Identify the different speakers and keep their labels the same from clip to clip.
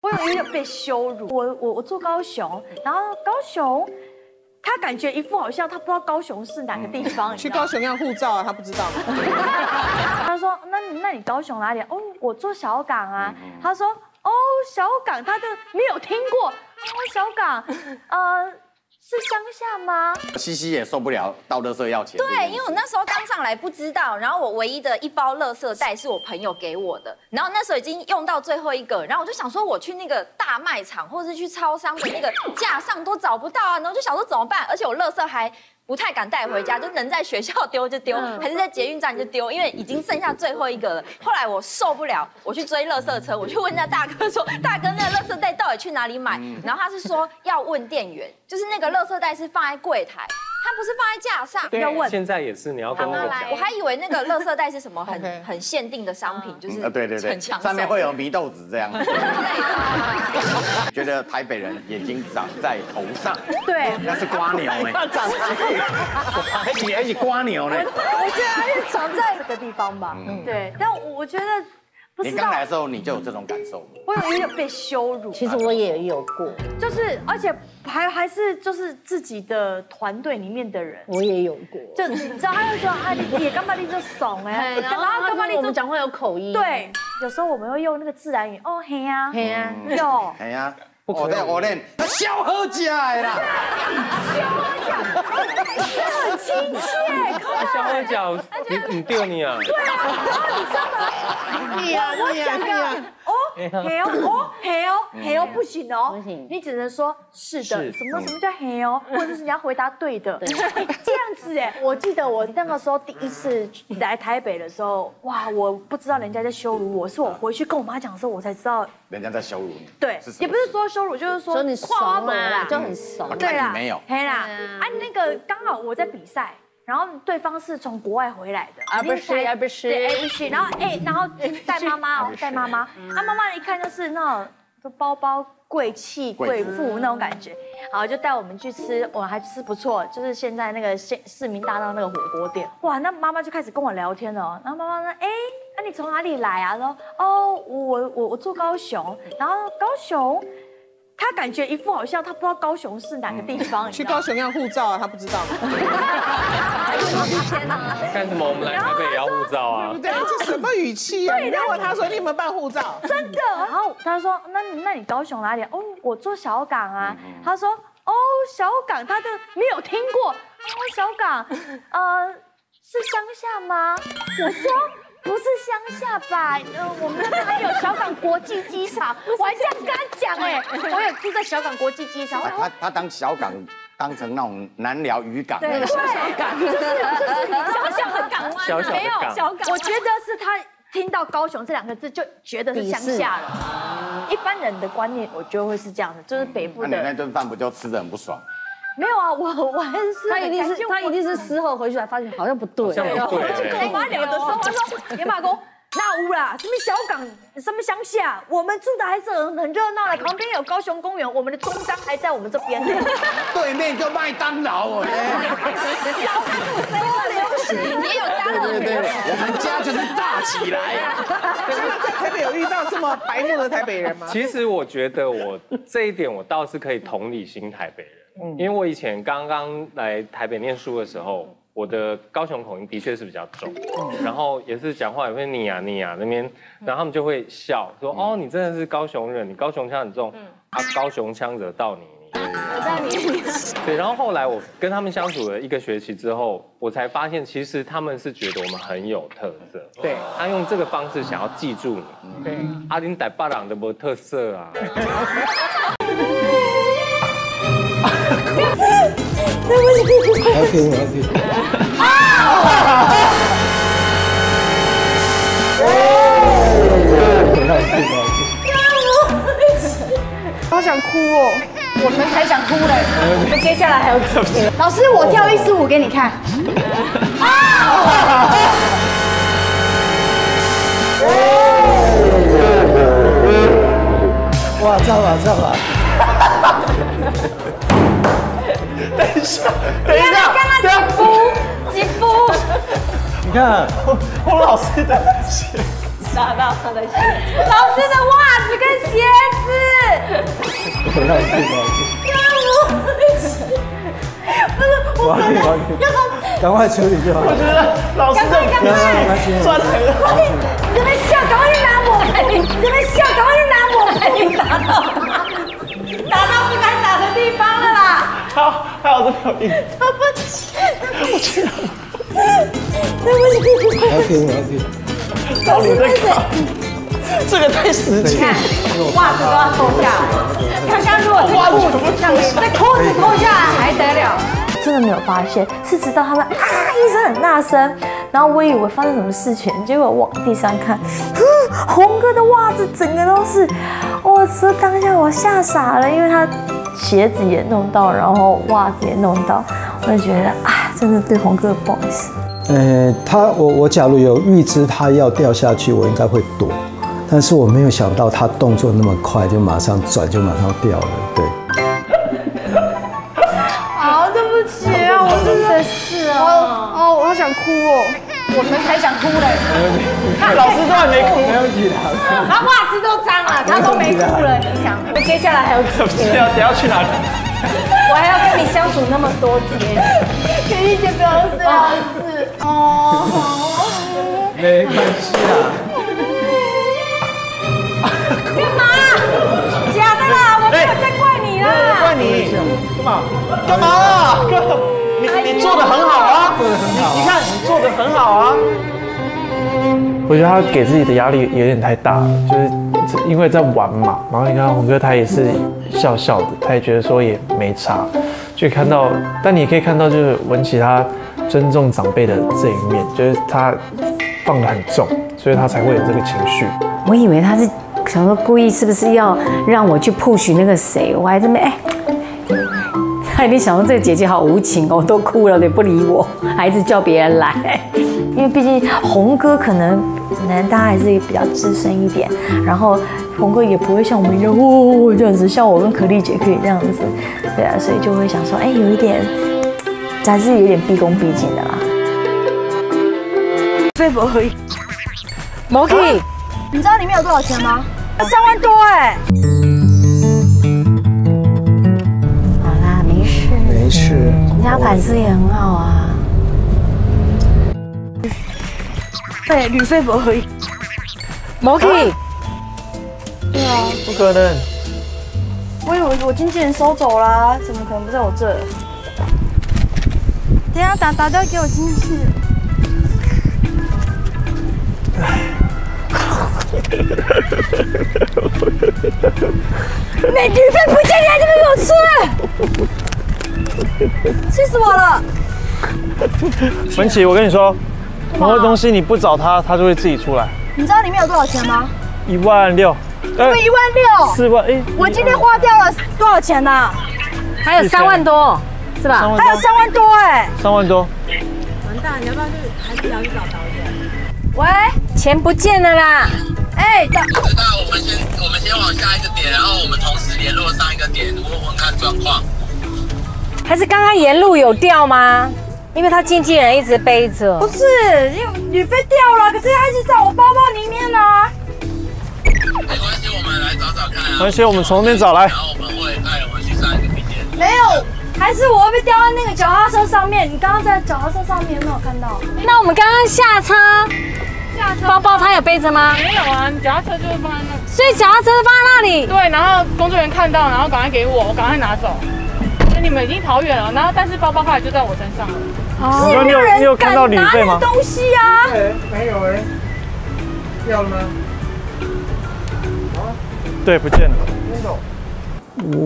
Speaker 1: 我有一点被羞辱。我我我住高雄，然后高雄，他感觉一副好像他不知道高雄是哪个地方。你知
Speaker 2: 去
Speaker 1: 道吗
Speaker 2: 高雄要护照啊，他不知道。
Speaker 1: 他说：“那你那你高雄哪里？”哦，我住小港啊。他说：“哦，小港，他就没有听过。哦，小港，呃，是乡下 吗？
Speaker 3: 西西也受不了倒垃圾要钱。
Speaker 4: 对，因为我那时候刚上来不知道，然后我唯一的一包垃圾袋是我朋友给我的，然后那时候已经用到最后一个，然后我就想说我去那个大卖场或是去超商的那个架上都找不到啊，然后就想说怎么办，而且我垃圾还。不太敢带回家，就能在学校丢就丢，还是在捷运站就丢，因为已经剩下最后一个了。后来我受不了，我去追垃圾车，我去问那大哥说：“大哥，那个垃圾袋到底去哪里买？”然后他是说要问店员，就是那个垃圾袋是放在柜台，他不是放在架上，
Speaker 5: 对
Speaker 1: 要问
Speaker 5: 现在也是你要跟我
Speaker 1: 好那
Speaker 5: 讲
Speaker 1: 来。
Speaker 4: 我还以为那个垃圾袋是什么
Speaker 2: OK
Speaker 4: 很很限定的商品，就是
Speaker 3: 啊，对对对，
Speaker 4: 很抢手
Speaker 3: 上面会有祢豆子 这样。觉得台北人眼睛长在头上，
Speaker 1: 对，
Speaker 3: 那是瓜 牛哎，
Speaker 2: 长
Speaker 3: 而且而且哎瓜牛呢？
Speaker 1: 我觉得他是长在这个地方吧。对，但我我觉得不
Speaker 3: 嗯你
Speaker 1: 知
Speaker 3: 刚
Speaker 1: 道
Speaker 3: 来，的时候你就有这种感受吗，
Speaker 1: 我有一点被羞辱。
Speaker 6: 其实我也有过，
Speaker 1: 就是，而且还还是就是自己的团队里面的人。
Speaker 6: 我也有过。
Speaker 1: 就你知道，他就说啊，你也干嘛你就怂 哎， 然后干嘛你
Speaker 6: 我
Speaker 1: 就
Speaker 6: 们讲话有口音。，
Speaker 1: 对，有时候我们会用那个自然语，哦嘿呀、
Speaker 6: 嘿啊，
Speaker 1: 有，
Speaker 3: 哎呀，
Speaker 5: 不可以
Speaker 3: 我在我练，那小喝假的啦，
Speaker 1: 这很 亲切，可
Speaker 5: 啊小二脚，你你丢你 啊！
Speaker 2: 你啊你啊你啊！
Speaker 1: 哦
Speaker 3: 哎
Speaker 1: 嘿哦，哦嘿哦，
Speaker 3: 嗯
Speaker 1: 嘿哦不行哦，
Speaker 6: 嗯不行
Speaker 1: 你只能说是的，
Speaker 5: 是
Speaker 1: 什么什么叫嘿哦，
Speaker 3: 嗯
Speaker 1: 或者是你要回答对的，哎 这样子哎，我记得我那个时候第一次来台北的时候，哇，我不知道人家在羞辱我，是我回去跟我妈讲的时候，我才知道，
Speaker 3: 人家在羞辱你。
Speaker 1: 对
Speaker 3: 是，什么
Speaker 1: 也不是说羞辱，就是说
Speaker 6: 说你
Speaker 1: 跨花
Speaker 6: 怂
Speaker 1: 门
Speaker 6: 嘛，
Speaker 1: 啦
Speaker 6: 就很怂。
Speaker 3: 对看你没有
Speaker 1: 啊嘿啦，
Speaker 6: 对啊
Speaker 1: 啊，那个刚好我在比赛，然后对方是从国外回来的，
Speaker 6: 啊不是
Speaker 1: 那一台
Speaker 6: 啊不是
Speaker 1: 对啊不是，然后哎，然后带妈妈
Speaker 3: 啊
Speaker 1: 哦
Speaker 3: 不，是
Speaker 1: 带妈妈，
Speaker 6: 嗯
Speaker 1: 那妈妈一看就是那种包包贵气贵
Speaker 3: 贵妇
Speaker 1: 妇那种感觉，好就带我们去吃，我还吃不错，就是现在那个县市民大道那个火锅店，哇，那妈妈就开始跟我聊天了哦，然后妈妈说，哎。那、你从哪里来啊？然后哦，我我我住高雄，然后高雄，他感觉一副好像他不知道高雄是哪个地
Speaker 3: 嗯
Speaker 1: 方，你知
Speaker 2: 去
Speaker 1: 道吗
Speaker 2: 高雄要护照啊，他不知道。
Speaker 5: 干什么？我们来台北也要护照啊！
Speaker 2: 对，这什么语气啊？你再问他说你有没有办护照？
Speaker 1: 真的。然后他说：“那你那你高雄哪里？”哦，我住小港啊。他说：“哦，小港，他就没有听过。哦，小港，呃，是乡下吗？”我说。不是乡下吧？呃，我们那还有小港国际机 场，我还这样跟他讲哎、我有住在小港国际机场，我
Speaker 3: 啊
Speaker 1: 想
Speaker 3: 他他当小港当成那种南寮渔港那啊
Speaker 1: 对，
Speaker 3: 种，
Speaker 4: 小小的港湾
Speaker 5: 小小的港
Speaker 4: 小港
Speaker 1: 我觉得是他听到高雄这两个字就觉得是乡下了。一般人的观念，我觉得会是这样的，就是北部
Speaker 3: 那你那
Speaker 1: 的
Speaker 3: 顿饭不就吃的很不爽？
Speaker 1: 没有啊，我我还是
Speaker 6: 他一定
Speaker 1: 很开
Speaker 6: 是
Speaker 1: 心
Speaker 6: 他一定是事后回去才发现好像不对，
Speaker 5: 像不对
Speaker 1: 我跟我妈聊的时候，她说：“野马公。”那屋啦，什么小港，什么乡下，我们住的还是很很热闹的。旁边有高雄公园，我们的中章还在我们这边。
Speaker 3: 对面就麦当劳哎，
Speaker 4: 也有大
Speaker 3: 对对
Speaker 4: 陆
Speaker 3: 对，我们家就是大起来。
Speaker 2: 在台北有遇到这么白目的台北人吗？
Speaker 5: 其实我觉得我这一点我倒是可以同理心台北人，
Speaker 2: 嗯
Speaker 5: 因为我以前刚刚来台北念书的时候，我的高雄口音的确是比较重，
Speaker 2: 嗯
Speaker 5: 然后也是讲话也会你呀、你啊呀、那边，然后他们就会笑说：“
Speaker 2: 嗯
Speaker 5: 哦，你真的是高雄人，你高雄腔很重，啊，高雄腔惹到你。” 你对，然后后来我跟他们相处了一个学期之后，我才发现其实他们是觉得我们很有特色，
Speaker 2: 对
Speaker 5: 他用这个方式想要记住啊你。
Speaker 2: 对，
Speaker 5: 阿林逮巴朗的没特色啊。
Speaker 7: 好想哭哦！我们才想哭嘞，我们接下来还有几天。老师，我跳一支舞给你看。老师的袜子跟鞋子。
Speaker 8: 赶快处理就好。
Speaker 2: 老师这
Speaker 1: 赶快赶快
Speaker 2: 算了。
Speaker 1: 你这边笑，赶快去拿抹布！你这边笑，赶快去拿抹布！你打到打到不敢打的地方了啦！
Speaker 2: 好，还好这边有印。
Speaker 1: 对不起，对不起，对不起，
Speaker 8: 要听，要听。
Speaker 1: 老师对不起。
Speaker 2: 这个太实际。
Speaker 1: 看，袜子都要脱下来。刚刚如果在裤子上面，在裤子脱下来还得了？
Speaker 9: 真的没有发现，是直到他们啊一声很大声，然后我以为发生什么事情，结果往地上看，哼红哥的袜子整个都是，我说当下我吓傻了，因为他鞋子也弄到，然后袜子也弄到，我就觉得啊，真的对红哥不好意思。
Speaker 8: 呃，他我我假如有预知他要掉下去，我应该会躲，但是我没有想到他动作那么快，就马上转，就马上掉了。对，
Speaker 9: 好，对不起啊，我真的是啊。
Speaker 2: 哦，我好想哭哦。
Speaker 1: 我们才想哭嘞，
Speaker 2: 老师都还没哭。
Speaker 8: 没问题的。
Speaker 1: 他袜子都脏了，他都没哭了，你想？我接下来还有几天？
Speaker 2: 要等下去哪里？
Speaker 1: 我还要跟你相处那么多天。 可以先不要这样子哦。
Speaker 8: 没关系啊。
Speaker 2: 啊
Speaker 1: 干嘛？假的啦，我没有在怪你
Speaker 2: 哎
Speaker 1: 啦。
Speaker 2: 问你干嘛？干嘛啊？你你做的很好啊，你你看你做的很好啊。
Speaker 5: 我觉得他给自己的压力有点太大了，就是因为在玩嘛。然后你看红哥他也是笑笑的，他也觉得说也没差，就看到，但你可以看到就是文琪他尊重长辈的这一面，就是他放得很重，所以他才会有这个情绪。
Speaker 10: 我以为他是想说故意是不是要让我去 push 那个谁，我还这么哎，他一定想说这个姐姐好无情哦，我都哭了，也不理我，还一直叫别人来。
Speaker 9: 因为毕竟红哥可能可能大家还是比较资深一点，然后红哥也不会像我们一样哦这样子，像我跟可丽姐可以这样子，对啊，所以就会想说，哎，有一点还是有点毕恭毕敬的啦。
Speaker 1: 哎
Speaker 10: m o k i
Speaker 1: 你知道里面有多少钱吗？三万多哎。
Speaker 10: 好啦，没事，
Speaker 8: 没事。
Speaker 10: 人家嗯反思也很好啊。
Speaker 1: 对，旅费不合理。
Speaker 10: m o k i
Speaker 5: 不可能，
Speaker 9: 我以哎为我经纪人收走啦，怎么可能不在我这？等下打打掉给我经纪人。
Speaker 1: 没旅费不见，你还这么给我吃，气死我了！
Speaker 5: 文琪，我跟你说，某个东西你不找他，他就会自己出来。
Speaker 1: 你知道里面有多少钱吗？
Speaker 5: 一万六，呃，
Speaker 1: 一万六，
Speaker 5: 四万，哎，
Speaker 1: 我今天花掉了多少钱呢、
Speaker 10: 还有三万多，是吧？
Speaker 5: 三万
Speaker 1: 还有
Speaker 5: 多，
Speaker 1: 三万多哎！
Speaker 5: 三万多，
Speaker 1: 喂，
Speaker 10: 钱不见了啦。
Speaker 1: 哎、的
Speaker 11: 那我们先我们先往下一个点，然后我们同时联络上一个点，问问看状况。
Speaker 10: 还是刚刚沿路有掉吗？因为他经纪人一直背着
Speaker 1: 不，是，因为旅费掉了，可是它一直在我包包里面呢、
Speaker 11: 没关系，我们来找找看啊。
Speaker 5: 文琪，我们从那边找来
Speaker 11: 然。后我们会带我们去上一个地点。
Speaker 1: 没有，还是我会被掉在那个脚踏车上面。你刚刚在脚踏车上面有没有看到？
Speaker 10: 那我们刚刚下车，包包他有背着吗？
Speaker 6: 没有啊，你脚踏车就是放在那。
Speaker 10: 所以脚踏车放在那里，
Speaker 6: 对，然后工作人员看到，然后赶快给我，我赶快拿走。那你们已经跑远了，然后但是包包后来就在我身上了。
Speaker 5: 你有你有你有看到
Speaker 1: 敢
Speaker 5: 旅
Speaker 1: 拿
Speaker 5: 费
Speaker 1: 那
Speaker 5: 吗
Speaker 1: 个？东西啊！
Speaker 2: 没有哎，掉了吗？
Speaker 5: 对，不见了。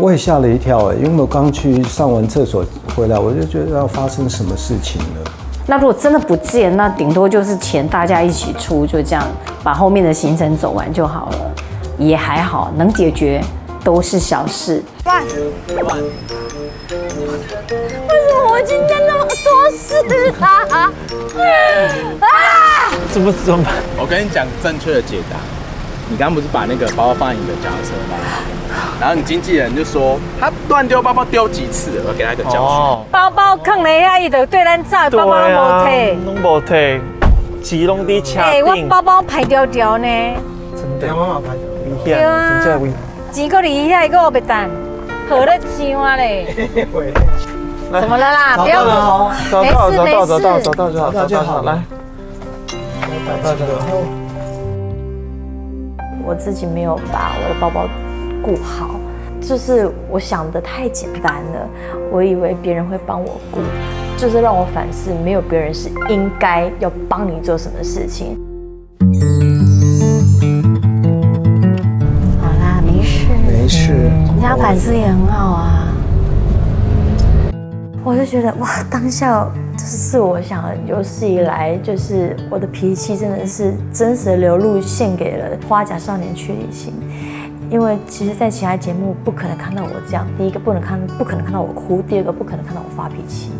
Speaker 8: 我也吓了一跳哎，因为我刚去上完厕所回来，我就觉得要发生什么事情了。
Speaker 10: 那如果真的不见，那顶多就是钱大家一起出，就这样把后面的行程走完就好了，也还好，能解决都是小事。
Speaker 1: 为什么我今天那么多事啊？啊！
Speaker 5: 怎么怎么办？
Speaker 11: 我跟你讲正确的解答。你刚刚不是把那个包包放在你的脚踏车吗？然后你经纪人就说他乱丢包包丢几次了，我给他一个教训。
Speaker 5: 哦，
Speaker 10: 包包坑了遐，伊就对咱走，
Speaker 5: 对
Speaker 10: 包包拢无
Speaker 5: 啊
Speaker 10: 退。，
Speaker 5: 拢无退，钱拢伫车
Speaker 10: 哎、我
Speaker 5: 顶，
Speaker 10: 包包排掉掉呢，
Speaker 5: 真的
Speaker 8: 妈妈拍的。
Speaker 5: 危险，真正危
Speaker 10: 钱搁伫遐，伊搁袂等。
Speaker 12: 何乐青蛙嘞？
Speaker 8: 怎
Speaker 12: 么了啦？
Speaker 8: 找
Speaker 12: 不
Speaker 8: 到
Speaker 12: 要
Speaker 8: 了哦，找到
Speaker 12: 没
Speaker 8: 了，
Speaker 12: 事
Speaker 8: 找
Speaker 12: 没
Speaker 8: 到了，
Speaker 12: 事，
Speaker 8: 找到了，找到了，找到了找到了，来，
Speaker 13: 找到了。
Speaker 1: 我自己没有把我的包包顾好，就是我想的太简单了，我以为别人会帮我顾，就是让我反思，没有别人是应该要帮你做什么事情。
Speaker 14: 好啦，没事，
Speaker 13: 没事。
Speaker 14: 你要反思也很好啊。
Speaker 1: 我就觉得哇，当下这是我想有史以来，就是我的脾气真的是真实的流露，献给了《花甲少年去旅行》。因为其实，在其他节目不可能看到我这样，第一个不能看，不可能看到我哭；第二个不可能看到我发脾气。